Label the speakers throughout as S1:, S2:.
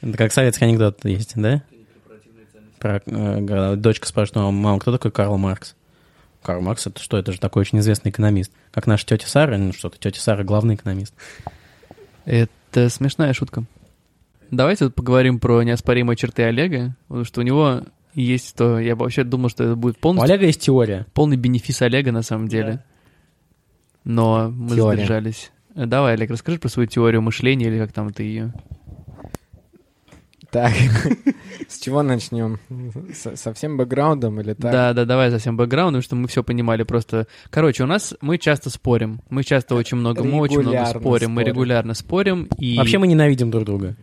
S1: Это как советский анекдот есть, да? Про, э, когда дочка спрашивает, ну, мама, кто такой Карл Маркс? Карл Маркс, это что? Это же такой очень известный экономист. Как наша тетя Сара, ну что-то, тетя Сара главный экономист.
S2: Это смешная шутка. Давайте поговорим про неоспоримые черты Олега, потому что у него есть то, я вообще думал, что это будет
S1: У
S2: полностью,
S1: Олега есть теория.
S2: полный бенефис Олега на самом деле. Но мы
S1: Теория.
S2: задержались. Э, Давай, Олег, расскажи про свою теорию мышления или как там ты ее.
S3: Так, с чего начнем? Со, со всем бэкграундом или так?
S2: Да, да, давай совсем бэкграунд, потому что мы все понимали просто. Короче, у нас мы часто спорим. Мы часто очень много, мы очень много
S3: Э, Регулярно
S2: спорим, мы
S3: спорим.
S2: регулярно спорим. И...
S1: Вообще мы ненавидим друг друга.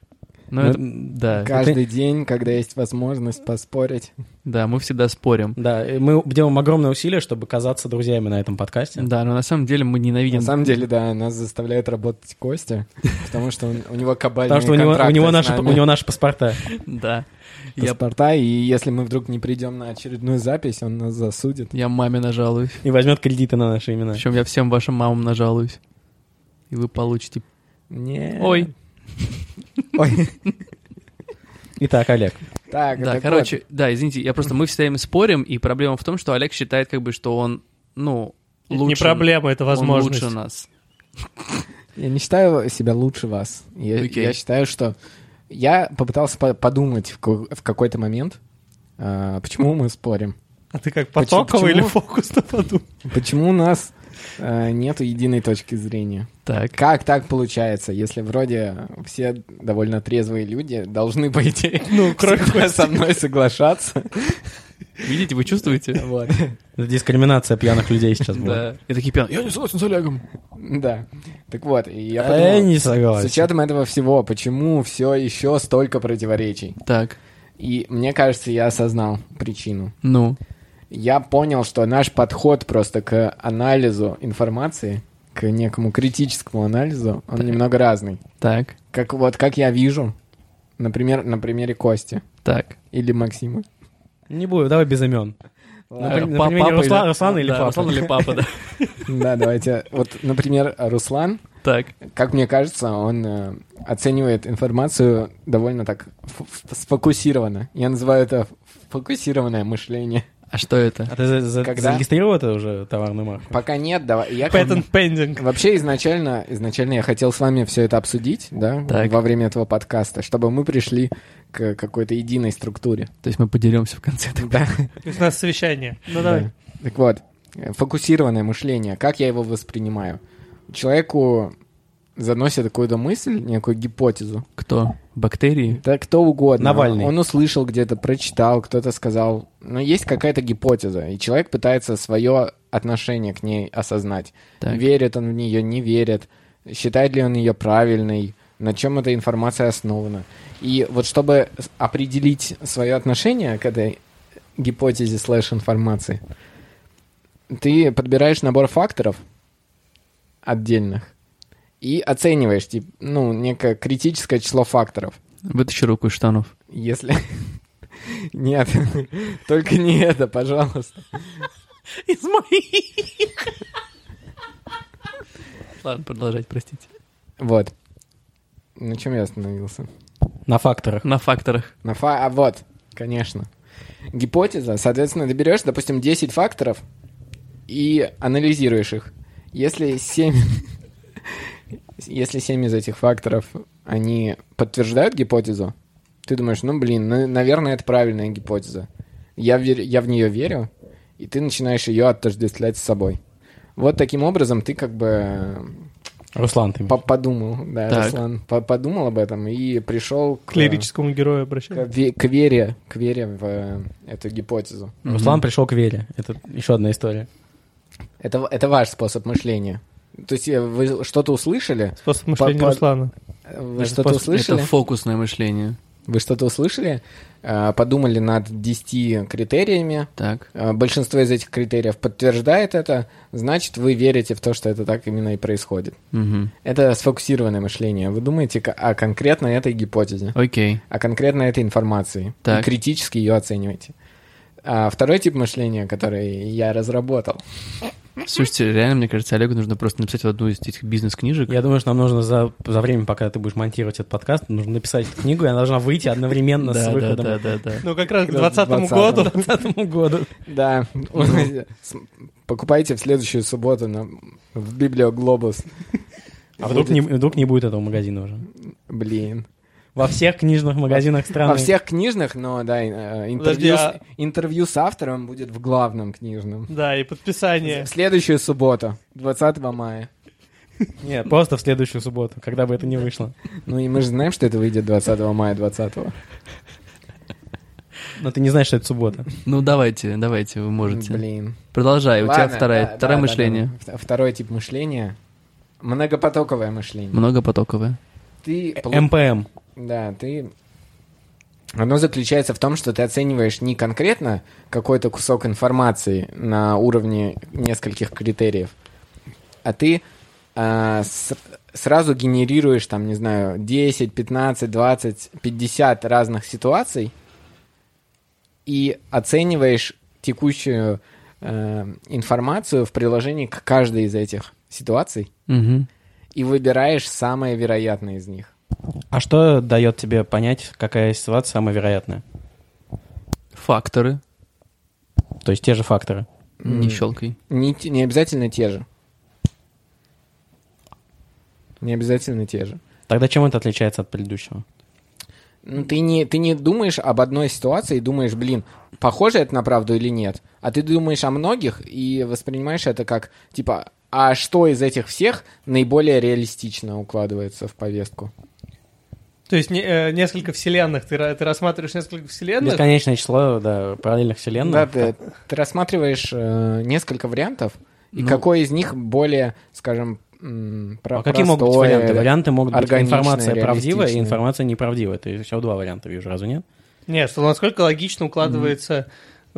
S2: ну,
S1: мы-
S2: это- да,
S3: Каждый день, когда есть возможность поспорить.
S2: да, мы всегда спорим.
S1: Да, и мы делаем огромное усилие, чтобы казаться друзьями на этом подкасте.
S2: Да, но на самом деле мы ненавидим.
S3: На самом деле, да, нас заставляет работать Костя, потому что он- у него кабальные
S1: Потому что у него, у,
S3: контракты
S1: него
S3: с
S1: наши,
S3: нами,
S1: у него наши паспорта.
S2: Да. Я,
S3: паспорта, и если мы вдруг не придем на очередную запись, он нас засудит.
S2: я маме нажалуюсь.
S1: И возьмет кредиты на наши имена.
S2: Причем я всем вашим мамам нажалуюсь. И вы получите...
S3: Не.
S2: Ой.
S3: Ой.
S1: Итак, Олег.
S3: Так,
S2: Да,
S3: так
S2: короче, да, извините, я просто... Мы все время спорим, и проблема в том, что Олег считает как бы, что он, ну,
S4: Это
S2: лучше...
S4: не проблема, это
S2: он
S4: возможность.
S2: лучше нас.
S3: вот, Я не считаю себя лучше вас. Я,
S2: Окей.
S3: я считаю, что я попытался по- подумать в, ко- в какой-то момент, а, почему мы спорим,
S4: А ты как,
S3: Почему-
S4: потоковый или
S3: почему?
S4: фокусно подумал?
S3: почему у нас а, нету единой точки зрения.
S2: Так.
S3: Как так получается, если вроде все довольно трезвые люди должны, по идее,
S4: Ну, кроме
S3: всегда со мной соглашаться?
S2: Видите, вы чувствуете?
S3: Вот.
S1: Это дискриминация пьяных людей сейчас была.
S2: Да. И такие пьяные. Я не согласен с Олегом.
S3: Да. Так вот, и я
S1: Э, Я
S3: подумал,
S1: не
S3: с
S1: согласен.
S3: учетом этого всего, почему все еще столько противоречий?
S2: Так,
S3: И мне кажется, я осознал причину.
S2: ну,
S3: Я понял, что наш подход просто к анализу информации, к некому критическому анализу, он немного разный.
S2: так,
S3: Как вот, как я вижу, например, на примере Кости
S2: так.
S3: или Максима.
S1: Не буду, давай без имен.
S2: Э,
S1: Ну, Например,
S2: па-
S1: например,
S2: папа
S1: Руслан- Руслан или
S2: да,
S1: папа?
S2: Руслан или папа, да.
S3: Да, давайте. Вот, например, Руслан,
S2: Так,
S3: как мне кажется, он э, оценивает информацию довольно так ф- ф- сфокусированно. Я называю это фокусированное мышление.
S2: а что это?
S1: А ты за- за-
S3: Когда?
S1: зарегистрировал это уже товарную марку?
S3: Пока нет, давай. Я как бы-
S4: Patent pending.
S3: Вообще изначально, изначально я хотел с вами все это обсудить, да,
S2: Так.
S3: во время этого подкаста, чтобы мы пришли к какой-то единой структуре.
S2: То есть мы подеремся в конце.
S3: Да.
S4: У нас совещание. Ну давай.
S3: Да. Так вот, э, фокусированное мышление, как я его воспринимаю? Человеку заносит какую-то мысль, некую гипотезу,
S2: Кто? Бактерии?
S3: Да кто угодно.
S1: Навальный.
S3: Он услышал где-то, прочитал, кто-то сказал. Но есть какая-то гипотеза, и человек пытается свое отношение к ней осознать.
S2: Так.
S3: Верит он в нее, не верит. Считает ли он ее правильной? На чем эта информация основана? И вот чтобы с- определить свое отношение к этой гипотезе слэш информации, ты подбираешь набор факторов отдельных и оцениваешь, тип- ну, некое критическое число факторов.
S2: Вытащи руку из штанов.
S3: Если... Нет, только не это, пожалуйста.
S2: Из моих. Ладно, продолжать, простите.
S3: Вот. На чем я остановился?
S1: На факторах.
S2: На факторах.
S3: На фа... А вот, конечно. Гипотеза, соответственно, ты берешь, допустим, 10 факторов и анализируешь их. Если 7... Если 7 из этих факторов, они подтверждают гипотезу, ты думаешь, ну, блин, ну, наверное, это правильная гипотеза. Я, верю- я в нее верю, и ты начинаешь ее отождествлять с собой. Вот таким образом ты как бы э,
S1: Руслан, ты.
S3: по- подумал, да,
S2: Так.
S3: Руслан, по- подумал об этом и пришел к...
S4: К лирическому герою
S3: К
S4: обращаюсь.
S3: ве- к вере, к вере в э, эту гипотезу.
S1: Руслан пришел к Вере. Это еще одна история.
S3: Это, в- это ваш способ мышления. То есть э, вы что-то услышали?
S4: Способ мышления
S3: По- по-
S4: Руслана.
S3: Вы
S1: Это
S3: что-то
S1: способ-
S3: услышали?
S2: Это фокусное мышление.
S3: Вы что-то услышали? э, Подумали над 10 критериями.
S2: Так.
S3: Э, Большинство из этих критериев подтверждает это, значит, вы верите в то, что это так именно и происходит.
S2: Мгм.
S3: Это сфокусированное мышление. Вы думаете ко- о конкретно этой гипотезе.
S2: Окей.
S3: а конкретно этой информации.
S2: Так.
S3: И критически ее оцениваете. А второй тип мышления, который я разработал,
S2: Слушайте, реально, мне кажется, Олегу нужно просто написать вот одну из этих бизнес-книжек.
S1: Я думаю, что нам нужно за, за время, пока ты будешь монтировать этот подкаст, нужно написать эту книгу, и она должна выйти одновременно с
S2: да, да,
S1: выходом
S2: да, да, да.
S4: Ну, как раз к
S3: Да,
S4: 2020
S3: 20-му.
S4: году.
S1: к 2020 году.
S3: Да. Ну, С- Покупайте в следующую субботу на- в Библиоглобус.
S1: А вдруг не, вдруг не будет этого магазина уже?
S3: Блин.
S1: Во всех книжных магазинах страны.
S3: Во всех книжных, но да, э,
S4: Подожди,
S3: интервью, с-
S4: а-
S3: интервью с автором будет в главном книжном.
S4: Да, и подписание.
S3: В следующую субботу, 20 мая.
S1: Нет, просто в следующую субботу, когда бы это не вышло.
S3: Ну и мы же знаем, что это выйдет 20 мая 20
S1: Но ты не знаешь, что это суббота.
S2: Ну, давайте, давайте, вы можете.
S3: Блин.
S2: Продолжай, у тебя
S3: Ладно,
S2: вторая,
S3: да,
S2: второе
S3: да, да,
S2: мышление.
S3: да. Вт- Второй тип мышления. Многопотоковое мышление.
S2: Многопотоковое.
S3: Ты полу-
S1: МПМ.
S3: Да, ты... Оно заключается в том, что ты оцениваешь не конкретно какой-то кусок информации на уровне нескольких критериев, а ты а, с- сразу генерируешь, там, не знаю, 10, 15, 20, 50 разных ситуаций и оцениваешь текущую э, информацию в приложении к каждой из этих ситуаций
S2: Мгм.
S3: и выбираешь самое вероятное из них.
S1: А что дает тебе понять, какая ситуация самая вероятная?
S2: Факторы.
S1: То есть те же факторы.
S2: Не
S3: М.
S2: щелкай.
S3: Не, те- не обязательно те же. Не обязательно те же.
S1: Тогда чем это отличается от предыдущего?
S3: Ну, ты не, ты не думаешь об одной ситуации и думаешь, блин, похоже это на правду или нет. А ты думаешь о многих и воспринимаешь это как, типа, а что из этих всех наиболее реалистично укладывается в повестку?
S4: То есть не- э, несколько вселенных. Ты ра- ты рассматриваешь несколько вселенных?
S1: Бесконечное число да, параллельных
S3: Да,
S1: вселенных. А
S3: ты, ты рассматриваешь э, несколько вариантов, и
S2: Ну.
S3: какой из них более, скажем, м, про-
S1: А какие могут быть
S3: простое,
S1: варианты? Варианты могут быть
S3: органичное,
S1: информация правдивая и
S3: реалистичное.
S1: информация неправдивая. Ты всего два варианта вижу, разве нет?
S4: Нет, что насколько логично укладывается...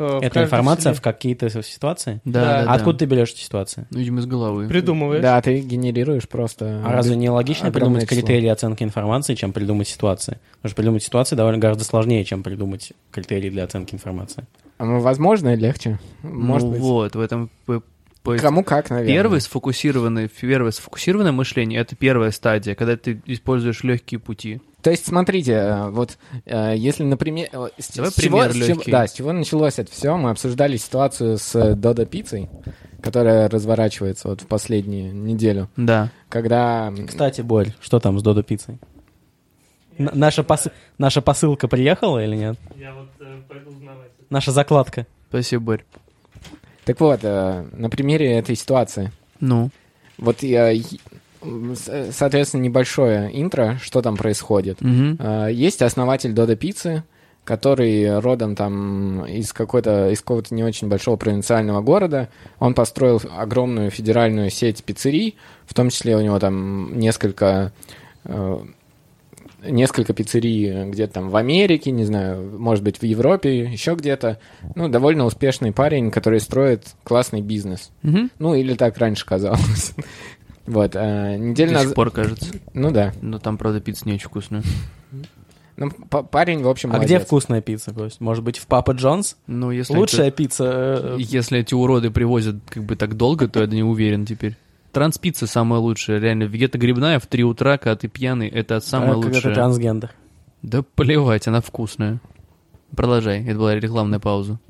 S4: э, в
S1: Это
S4: каждой
S1: информация в
S4: вселенной.
S1: какие-то ситуации?
S2: Да,
S4: Да.
S2: да,
S1: А
S2: да.
S1: откуда ты берешь эти ситуации?
S2: Ну, Видимо, из головы.
S4: Придумываешь.
S3: Да, ты генерируешь просто...
S1: А разве не логично
S3: огромное
S1: придумать
S3: число.
S1: критерии оценки информации, чем придумать ситуации? Потому что придумать ситуации довольно гораздо сложнее, чем придумать критерии для оценки информации.
S3: А, ну, Возможно, легче.
S2: Ну,
S3: Может быть.
S2: вот, в этом... п- поиск.
S3: Кому как, наверное.
S2: Первый сфокусированный, первое сфокусированное мышление — это первая стадия, когда ты используешь легкие пути.
S3: То есть, смотрите, э, вот э, если, например... э, С,
S2: Давай
S3: с чего,
S2: пример
S3: с чего-
S2: лёгкий.
S3: да, с чего началось это все? Мы обсуждали ситуацию с э, Додо Пиццей, которая разворачивается вот в последнюю неделю,
S2: Да.
S3: когда... м,
S1: Кстати, Борь, что там с Додо пиццей? Н- наша, посы- наша посылка приехала или нет?
S4: Я вот э, пойду узнавать.
S1: Наша закладка.
S2: Спасибо, Борь.
S3: Так вот, э, на примере этой ситуации.
S2: Ну,
S3: Вот, я, и- м, с- э, соответственно, небольшое интро, что там происходит.
S2: мгм.
S3: Э, Есть основатель Додо Пиццы, который родом там из какой-то из какого-то не очень большого провинциального города. Он построил огромную федеральную сеть пиццерий, в том числе у него там несколько э, несколько пиццерий э, где-то там в Америке, не знаю, может быть, в Европе, еще где-то. Ну, довольно успешный парень, который строит классный бизнес.
S2: Мгм.
S3: Ну, или так раньше казалось. Вот, э, неделю
S2: До сих
S3: назад...
S2: пор, кажется.
S3: Ну да.
S2: Но там, правда, пицца не очень вкусная.
S3: Ну, па- парень, в общем,
S1: А где
S3: молодец.
S1: вкусная пицца, Кость? Может быть, в Папа Джонс?
S2: Ну, если...
S1: Лучшая пицца. э,
S2: Если эти уроды привозят как бы так долго, то я не уверен теперь. Транспицца самая лучшая, реально. Вегета-грибная в 3 утра, когда ты пьяный, это самая
S1: э, как это
S2: лучшая.
S1: трансгендер.
S2: Да плевать, она вкусная. Продолжай, это была рекламная пауза.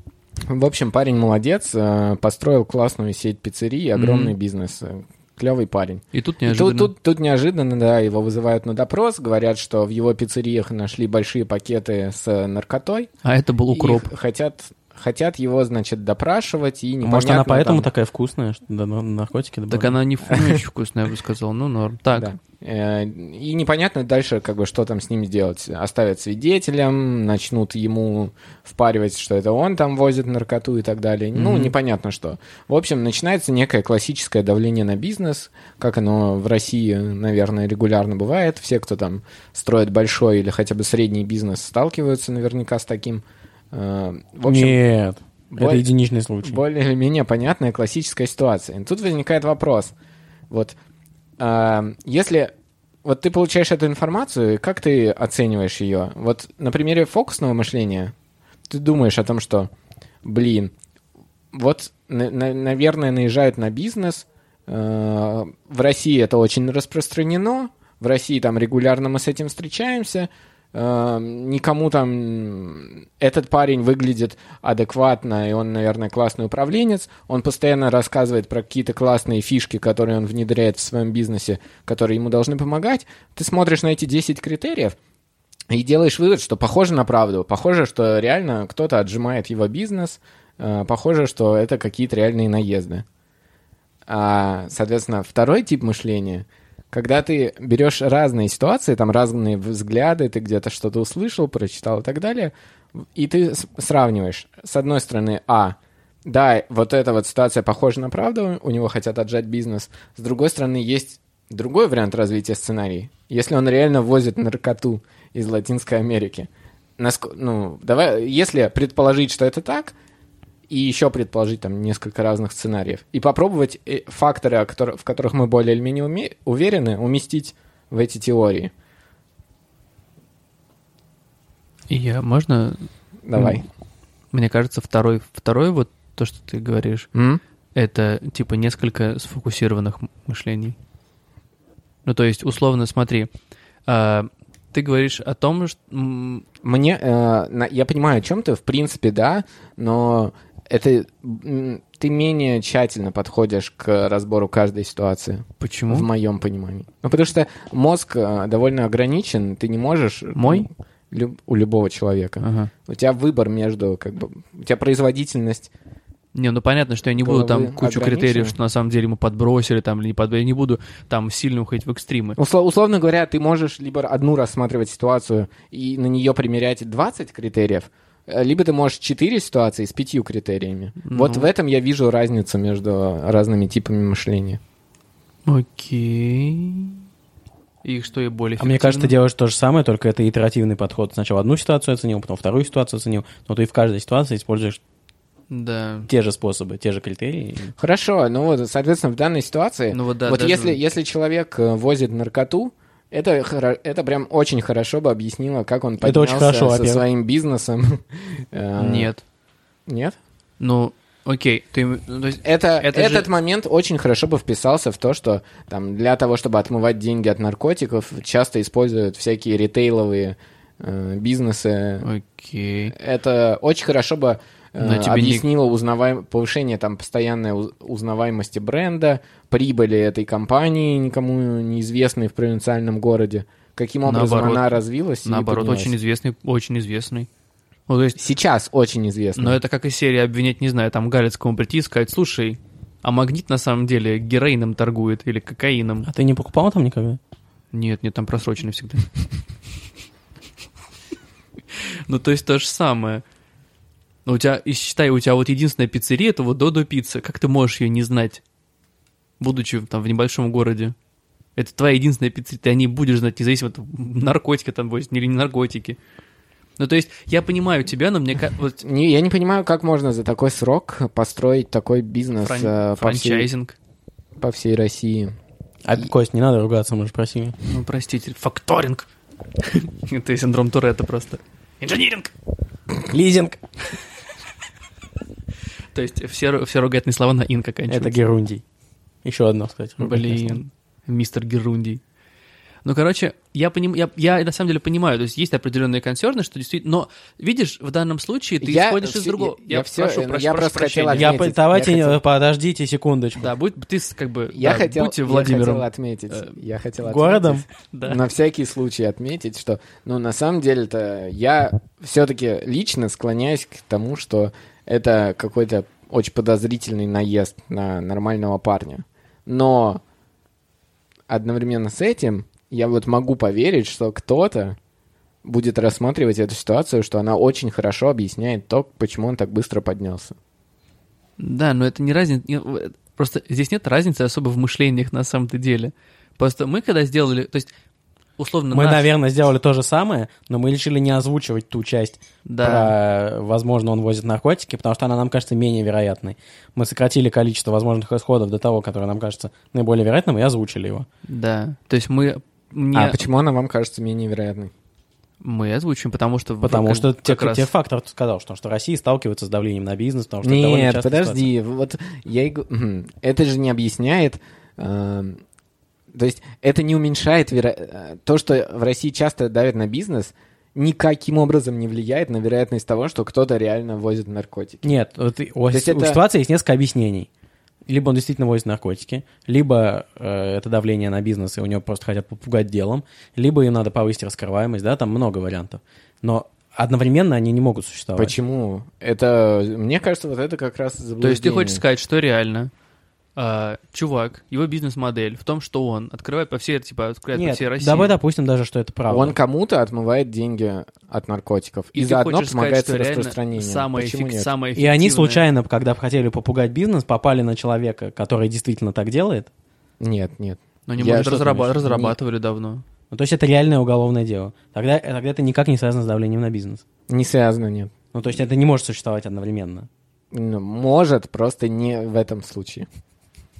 S3: В общем, парень молодец, э, построил классную сеть пиццерий, огромный
S2: Мгм.
S3: бизнес. э, Клевый парень.
S2: И тут
S3: И
S2: неожиданно...
S3: Тут, тут, тут неожиданно, да, его вызывают на допрос, говорят, что в его пиццериях нашли большие пакеты с э, наркотой.
S2: А это был укроп.
S3: И хотят, хотят его, значит, допрашивать, и непонятно...
S1: Может, она поэтому
S3: там-
S1: такая вкусная, что да, ну, наркотики
S2: Так
S1: добавляют?
S2: она не, фу- не очень вкусная, я бы сказал. Ну, норм. Так,
S3: Да. Э, И непонятно дальше, как бы, что там с ним сделать. Оставят свидетелем, начнут ему впаривать, что это он там возит наркоту и так далее. Ну,
S2: Мгм.
S3: непонятно что. В общем, начинается некое классическое давление на бизнес, как оно в России, наверное, регулярно бывает. Все, кто там строит большой или хотя бы средний бизнес, сталкиваются наверняка с таким. Э, В общем,
S1: Нет, это
S3: Боль-
S1: единичный случай.
S3: более или менее понятная классическая ситуация. И тут возникает вопрос. Вот а, если вот ты получаешь эту информацию, и как ты оцениваешь ее? Вот на примере фокусного мышления ты думаешь о том, что, блин, вот, на- на- наверное, наезжают на бизнес. Э, В России это очень распространено. В России там регулярно мы с этим встречаемся. Э, Никому там м, этот парень выглядит адекватно, и он, наверное, классный управленец. Он постоянно рассказывает про какие-то классные фишки, которые он внедряет в своем бизнесе, которые ему должны помогать. Ты смотришь на эти 10 критериев, и делаешь вывод, что похоже на правду, похоже, что реально кто-то отжимает его бизнес, э, похоже, что это какие-то реальные наезды. А, соответственно, второй тип мышления, когда ты берешь разные ситуации, там разные взгляды, ты где-то что-то услышал, прочитал и так далее, и ты с- сравниваешь. С одной стороны, а, да, вот эта вот ситуация похожа на правду, у него хотят отжать бизнес. С другой стороны, есть другой вариант развития сценарий. Если он реально возит наркоту из Латинской Америки, Наск- ну, давай, если предположить, что это так, и еще предположить там несколько разных сценариев, и попробовать э, факторы, о котор- в которых мы более или менее уме- уверены, уместить в эти теории.
S2: И Я, можно,
S3: Давай.
S2: мне кажется, второй, второй вот то, что ты говоришь,
S3: М?
S2: это типа несколько сфокусированных м- мышлений. Ну, то есть, условно, смотри, а, ты говоришь о том, что... м,
S3: Мне, э, на- я понимаю, о чем ты, в принципе, да, но это м, ты менее тщательно подходишь к разбору каждой ситуации,
S2: Почему?
S3: в моем понимании. Ну, потому что мозг э, довольно ограничен, ты не можешь...
S2: Мой? А.
S3: ну, люб- у любого человека.
S2: Ага.
S3: У тебя выбор между, как бы, у тебя производительность.
S2: Не, ну понятно, что я не буду там
S3: Половые
S2: кучу
S3: ограничены?
S2: критериев, что на самом деле мы подбросили там или не подбросили. Я не буду там сильно уходить в экстримы.
S3: Усло- условно говоря, ты можешь либо одну рассматривать ситуацию и на нее примерять 20 критериев, э, либо ты можешь 4 ситуации с 5 критериями. Вот
S2: Ну.
S3: в этом я вижу разницу между разными типами мышления.
S2: Окей. И что и более
S1: А мне кажется, ты
S2: эффективно?
S1: делаешь то же самое, только это итеративный подход. Сначала одну ситуацию оценил, потом вторую ситуацию оценил, но ты в каждой ситуации используешь
S2: Да.
S1: те же способы, те же критерии.
S3: Хорошо, ну вот, соответственно, в данной ситуации,
S2: Ну вот да,
S3: вот
S2: даже-
S3: если, если человек э, возит наркоту, это, хоро- это прям очень хорошо бы объяснило, как он
S1: Это
S3: поднялся
S1: очень хорошо,
S3: со
S1: во-первых.
S3: своим бизнесом. Э,
S2: Нет.
S3: Нет?
S2: Ну, окей. Ты, ну, то есть,
S3: Это,
S2: Это
S3: этот
S2: же-
S3: момент очень хорошо бы вписался в то, что там для того, чтобы отмывать деньги от наркотиков, часто используют всякие ритейловые э, бизнесы.
S2: окей.
S3: Это очень хорошо бы э,
S2: Но тебе не-
S3: объяснило узнаваем... повышение там постоянной уз- узнаваемости бренда, прибыли этой компании, никому неизвестной в провинциальном городе, каким образом
S2: Наоборот.
S3: она развилась. и
S2: Наоборот,
S3: поднялась.
S2: очень известный, очень известный. Ну, то есть,
S3: Сейчас очень известно.
S2: но это как из серии обвинять, не знаю, там Галицкому прийти и сказать, слушай, а магнит на самом деле героином торгует или кокаином.
S1: А ты не покупал там никогда?
S2: Нет, нет, там просрочено всегда. Ну, то есть то же самое. Ну, у тебя, и считай, у тебя вот единственная пиццерия, это вот Додо Пицца. Как ты можешь ее не знать, будучи там в небольшом городе? Это твоя единственная пиццерия, ты о ней будешь знать, независимо от наркотика там возят или не наркотики. Ну, то есть, я понимаю тебя, но мне ка- вот
S3: Не- я не понимаю, как можно за такой срок построить такой бизнес
S2: фран-
S3: э, по, всей,
S2: франчайзинг.
S3: по всей России.
S1: А, Кость, не надо ругаться, мы же просили.
S2: Ну, простите, факторинг. Это синдром Туретта просто. Инжиниринг!
S1: Лизинг!
S2: То есть все, ру- все ругательные слова на «ин» оканчиваются.
S1: Это Герундий. Еще одно, кстати. ругательство.
S2: Блин, мистер Герундий. Ну, короче, я, поним... я, я на самом деле понимаю, то есть есть определенные консерны, что действительно... Но, видишь, в данном случае ты исходишь из
S3: всё-
S2: другого...
S3: Я, все,
S2: прошу,
S3: я
S2: прошу, прошу
S3: просто хотел
S2: прощения.
S1: Я,
S3: отметить.
S1: по- давайте,
S3: я хотел,
S1: э, подождите секундочку.
S2: Да, будь ты с- как бы...
S3: я
S2: да,
S3: хотел-
S2: будьте
S3: я
S2: Владимиром. э,
S3: хотел отметить. я хотел отметить.
S1: Городом?
S2: Да.
S3: На всякий случай отметить, что, ну, на самом деле-то я все-таки лично склоняюсь к тому, что это какой-то очень подозрительный наезд на нормального парня. Но одновременно с этим я вот могу поверить, что кто-то будет рассматривать эту ситуацию, что она очень хорошо объясняет то, почему он так быстро поднялся.
S2: Да, но это не разница. не- в- Просто здесь нет разницы особо в мышлениях на самом-то деле. Просто мы когда сделали... То есть, условно,
S1: Мы,
S2: наш-
S1: наверное, сделали то же самое, но мы решили не озвучивать ту часть
S2: Да,
S1: про, возможно, он возит наркотики, потому что она нам кажется менее вероятной. Мы сократили количество возможных исходов до того, которое нам кажется наиболее вероятным, и озвучили его.
S2: да. То есть мы... не-
S3: А почему она вам кажется менее вероятной?
S2: Мы озвучим, потому что... вы
S1: Потому
S2: как-
S1: что те,
S2: как раз-
S1: те фактор сказал, что, что Россия сталкивается с давлением на бизнес, потому что это довольно
S3: Нет,
S1: частая ситуация.
S3: подожди, вот я и г- мгм. это же не объясняет, эм, то есть это не уменьшает веро- э, то, что в России часто давят на бизнес, никаким образом не влияет на вероятность того, что кто-то реально возит наркотики.
S1: Нет, вот и- у,
S3: То есть
S1: у
S3: это-
S1: ситуации есть несколько объяснений. Либо он действительно возит наркотики, либо э, это давление на бизнес, и у него просто хотят попугать делом, либо им надо повысить раскрываемость, да, там много вариантов. Но одновременно они не могут существовать.
S3: Почему? Это, мне кажется, вот это как раз
S2: То
S3: заблуждение.
S2: есть ты хочешь сказать, что реально а, чувак, его бизнес-модель в том, что он открывает по всей, типа, открывает по
S1: Нет,
S2: всей России.
S1: давай допустим даже, что это правда.
S3: Он кому-то отмывает деньги от наркотиков и,
S2: И ты
S3: заодно
S2: хочешь
S3: помогает
S2: сказать,
S3: с
S2: что реально
S3: распространением.
S2: самое,
S3: Почему
S2: эффек-
S3: нет?
S2: самое
S1: И они
S2: эффективное-
S1: случайно, когда хотели попугать бизнес, попали на человека, который действительно так делает.
S3: Нет, нет.
S2: Но они,
S3: Я
S2: может,
S3: что-то
S2: разраба-
S3: имею в виду.
S2: разрабатывали давно.
S1: Ну, то есть это реальное уголовное дело. Тогда, тогда это никак не связано с давлением на бизнес.
S3: Не связано, нет.
S1: Ну, то есть это не может существовать одновременно.
S3: Ну, Может, просто не в этом случае.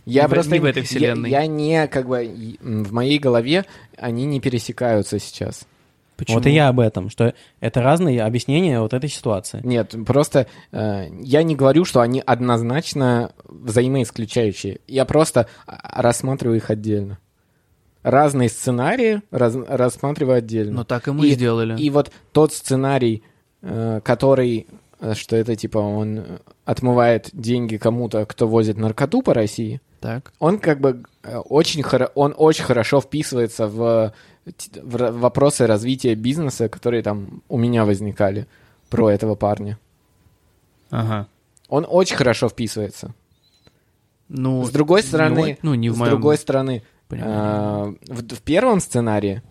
S3: Я
S2: Не в-
S3: просто
S2: не в этой вселенной.
S3: Я, я не как бы и, м, в моей голове они не пересекаются сейчас.
S2: Почему?
S1: Вот и я об этом, что это разные объяснения вот этой ситуации.
S3: Нет, просто э, я не говорю, что они однозначно взаимоисключающие. Я просто а, рассматриваю их отдельно. Разные сценарии раз- рассматриваю отдельно.
S2: Но Ну, так и мы
S3: И-
S2: сделали.
S3: И вот тот сценарий, э, который, э, что это типа он э, отмывает деньги кому-то, кто возит наркоту по России,
S2: Так.
S3: он как бы э, очень, хоро- он очень хорошо вписывается в, т- в ра- вопросы развития бизнеса, которые там у меня возникали про этого парня.
S2: Ага.
S3: Он очень хорошо вписывается.
S2: Ну,
S3: С другой
S2: не
S3: стороны,
S2: о- ну, не в
S3: С
S2: моем
S3: другой стороны,
S2: понимании.
S3: э, в, в первом сценарии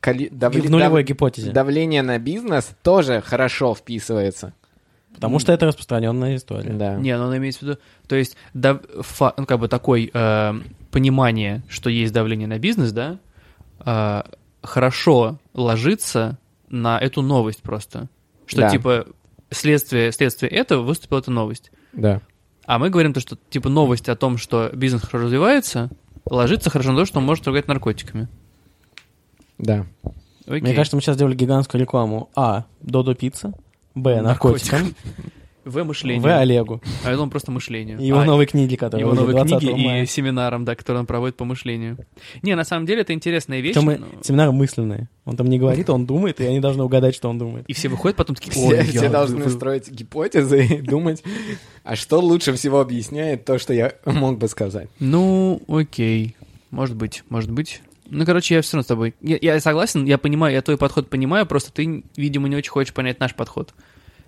S3: коли- давли-
S1: в нулевой
S3: дав-
S1: гипотезе.
S3: давление на бизнес тоже хорошо вписывается.
S1: Потому что это распространенная история.
S3: Да.
S2: Не, ну, она имеется в виду... То есть, да, фа- ну, как бы такое понимание, что есть давление на бизнес, да, э, хорошо ложится на эту новость просто. Что,
S3: Да.
S2: типа, следствие, следствие этого выступила эта новость.
S3: Да.
S2: А мы говорим то, что, типа, новость о том, что бизнес хорошо развивается, ложится хорошо на то, что он может торговать наркотиками.
S3: Да.
S2: Окей.
S1: Мне кажется, мы сейчас сделали гигантскую рекламу. А. Додо пицца. Б. Наркотикам.
S2: В мышление.
S1: В. Олегу.
S2: А это он просто мышление.
S1: И Его
S2: А,
S1: новой книги, которые
S2: Его
S3: ну,
S1: выйдут
S2: новые
S1: 20
S2: книги и
S1: мая.
S2: семинаром, да, который он проводит по мышлению. Не, на самом деле это интересная вещь.
S1: Причем
S2: но-
S1: и семинары мысленные. Он там не говорит, он думает, и они должны угадать, что он думает.
S2: И все выходят потом такие,
S3: Все,
S2: ой,
S3: все
S2: я
S3: должны
S2: вы-
S3: строить гипотезы и думать, а что лучше всего объясняет то, что я мог бы сказать.
S2: Ну, окей. Может быть, может быть. Ну, короче, я все равно с тобой. Я, я согласен, я понимаю, я твой подход понимаю, просто ты, видимо, не очень хочешь понять наш подход.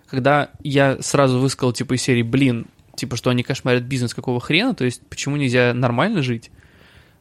S2: Когда я сразу высказал, типа, из серии, блин, типа, что они кошмарят бизнес какого хрена, то есть почему нельзя нормально жить,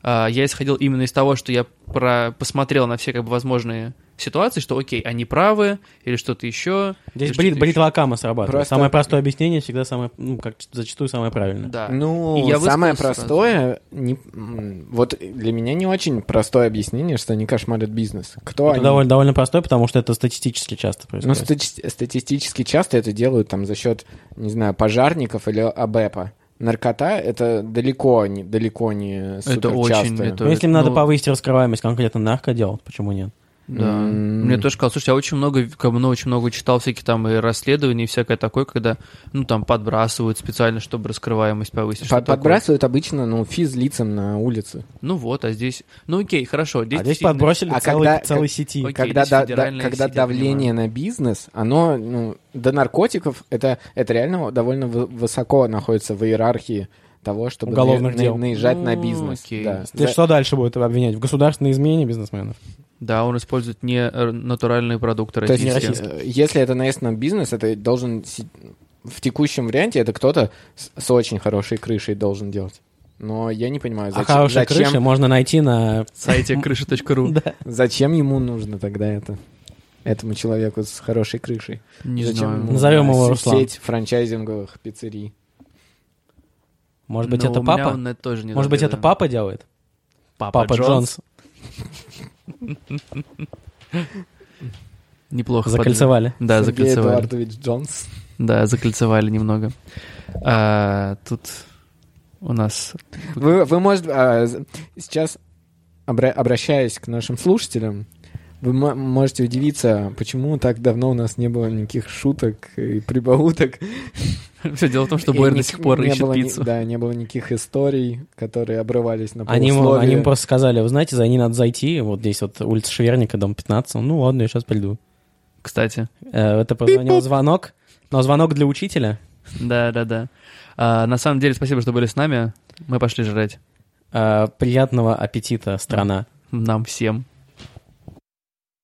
S2: а, я исходил именно из того, что я про... посмотрел на все, как бы, возможные ситуации, что, окей, они правы, или что-то еще. или
S1: Здесь
S2: что-то
S1: брит,
S2: еще.
S1: бритва Акама срабатывает.
S3: Просто-
S1: Самое простое объяснение всегда самое, ну, как зачастую самое правильное.
S2: Да.
S3: Ну,
S2: А. И я
S3: самое
S2: высказался сразу.
S3: простое, не- м, вот для меня не очень простое объяснение, что они кошмарят бизнес. Кто
S1: Это
S3: они?
S1: довольно, довольно простое, потому что это статистически часто
S3: Ну,
S1: происходит.
S3: стати- статистически часто это делают там за счет, не знаю, пожарников или АБЭПа. Наркота — это далеко не, далеко не
S2: Это очень...
S3: суперчастое.
S2: это-
S1: Ну, если им надо
S2: ну,
S1: повысить раскрываемость конкретно наркодел, почему нет?
S2: Да.
S3: М.
S2: Мне тоже казалось, слушай, я очень много, как бы, ну, очень много читал всякие там и расследования и всякое такое, когда, ну, там, подбрасывают специально, чтобы раскрываемость повысить. что
S3: Под-
S2: такое.
S3: Подбрасывают обычно, ну, физлицам на улице.
S2: Ну вот, а здесь... Ну окей, хорошо. Здесь
S1: а здесь
S2: действительно-
S1: подбросили
S3: А
S1: целый-
S3: когда-
S1: целой сети.
S2: Окей,
S3: когда
S2: здесь
S3: да- да-
S2: федеральная
S3: когда
S2: сеть, я
S3: давление на бизнес, оно ну, до наркотиков, это, это реально довольно вы- высоко находится в иерархии того, чтобы
S1: Уголовных
S3: на- на-
S1: дел.
S3: наезжать на
S2: Ну,
S3: бизнес.
S2: окей.
S3: да.
S1: Ты
S3: За-
S1: что дальше будут обвинять? В государственной измене бизнесменов?
S2: Да, он использует не э, натуральные продукты
S3: То есть,
S2: российские.
S1: не
S3: э, если это наезд на бизнес, это должен си- в текущем варианте это кто-то с, с очень хорошей крышей должен делать. Но я не понимаю,
S1: А
S3: зачем,
S1: хорошие
S3: зачем,
S1: крыши можно найти на...
S2: Сайте крыши.ру.
S3: зачем ему нужно тогда это? Этому человеку с хорошей крышей.
S2: Не
S3: Зачем
S2: знаю.
S3: ему
S1: Назовем его
S3: се-
S1: Руслан.
S3: Сеть франчайзинговых пиццерий.
S1: Может быть,
S2: Ну,
S1: это
S2: у меня
S1: папа?
S2: он это тоже не
S1: Может быть,
S2: добил,
S1: это
S2: да.
S1: папа делает?
S2: Папа, Джонс. Неплохо.
S1: Закольцевали.
S2: подвел. Да,
S3: Сергей
S2: закольцевали.
S3: Эдуардович Джонс.
S2: Да, закольцевали немного. А, Тут у нас
S3: Вы, вы можете... а, з- сейчас, обра- обращаясь к нашим слушателям, Вы м- можете удивиться, почему так давно у нас не было никаких шуток и прибауток.
S2: Все дело в том, что
S3: И
S2: Бойер
S3: ни-
S2: до сих пор
S3: не
S2: ищет
S3: было ни-
S2: пиццу.
S3: Да, не было никаких историй, которые обрывались на
S1: Они ему,
S3: полусловие.
S1: они ему просто сказали, вы знаете, за ней надо зайти, вот здесь вот улица Шверника, дом 15. Он, Ну ладно, я сейчас приду.
S2: Кстати,
S1: Э, Это позвонил звонок, но звонок для учителя.
S2: да, да, да. А, на самом деле, спасибо, что были с нами. Мы пошли жрать.
S1: Э, Приятного аппетита, страна.
S2: Нам всем.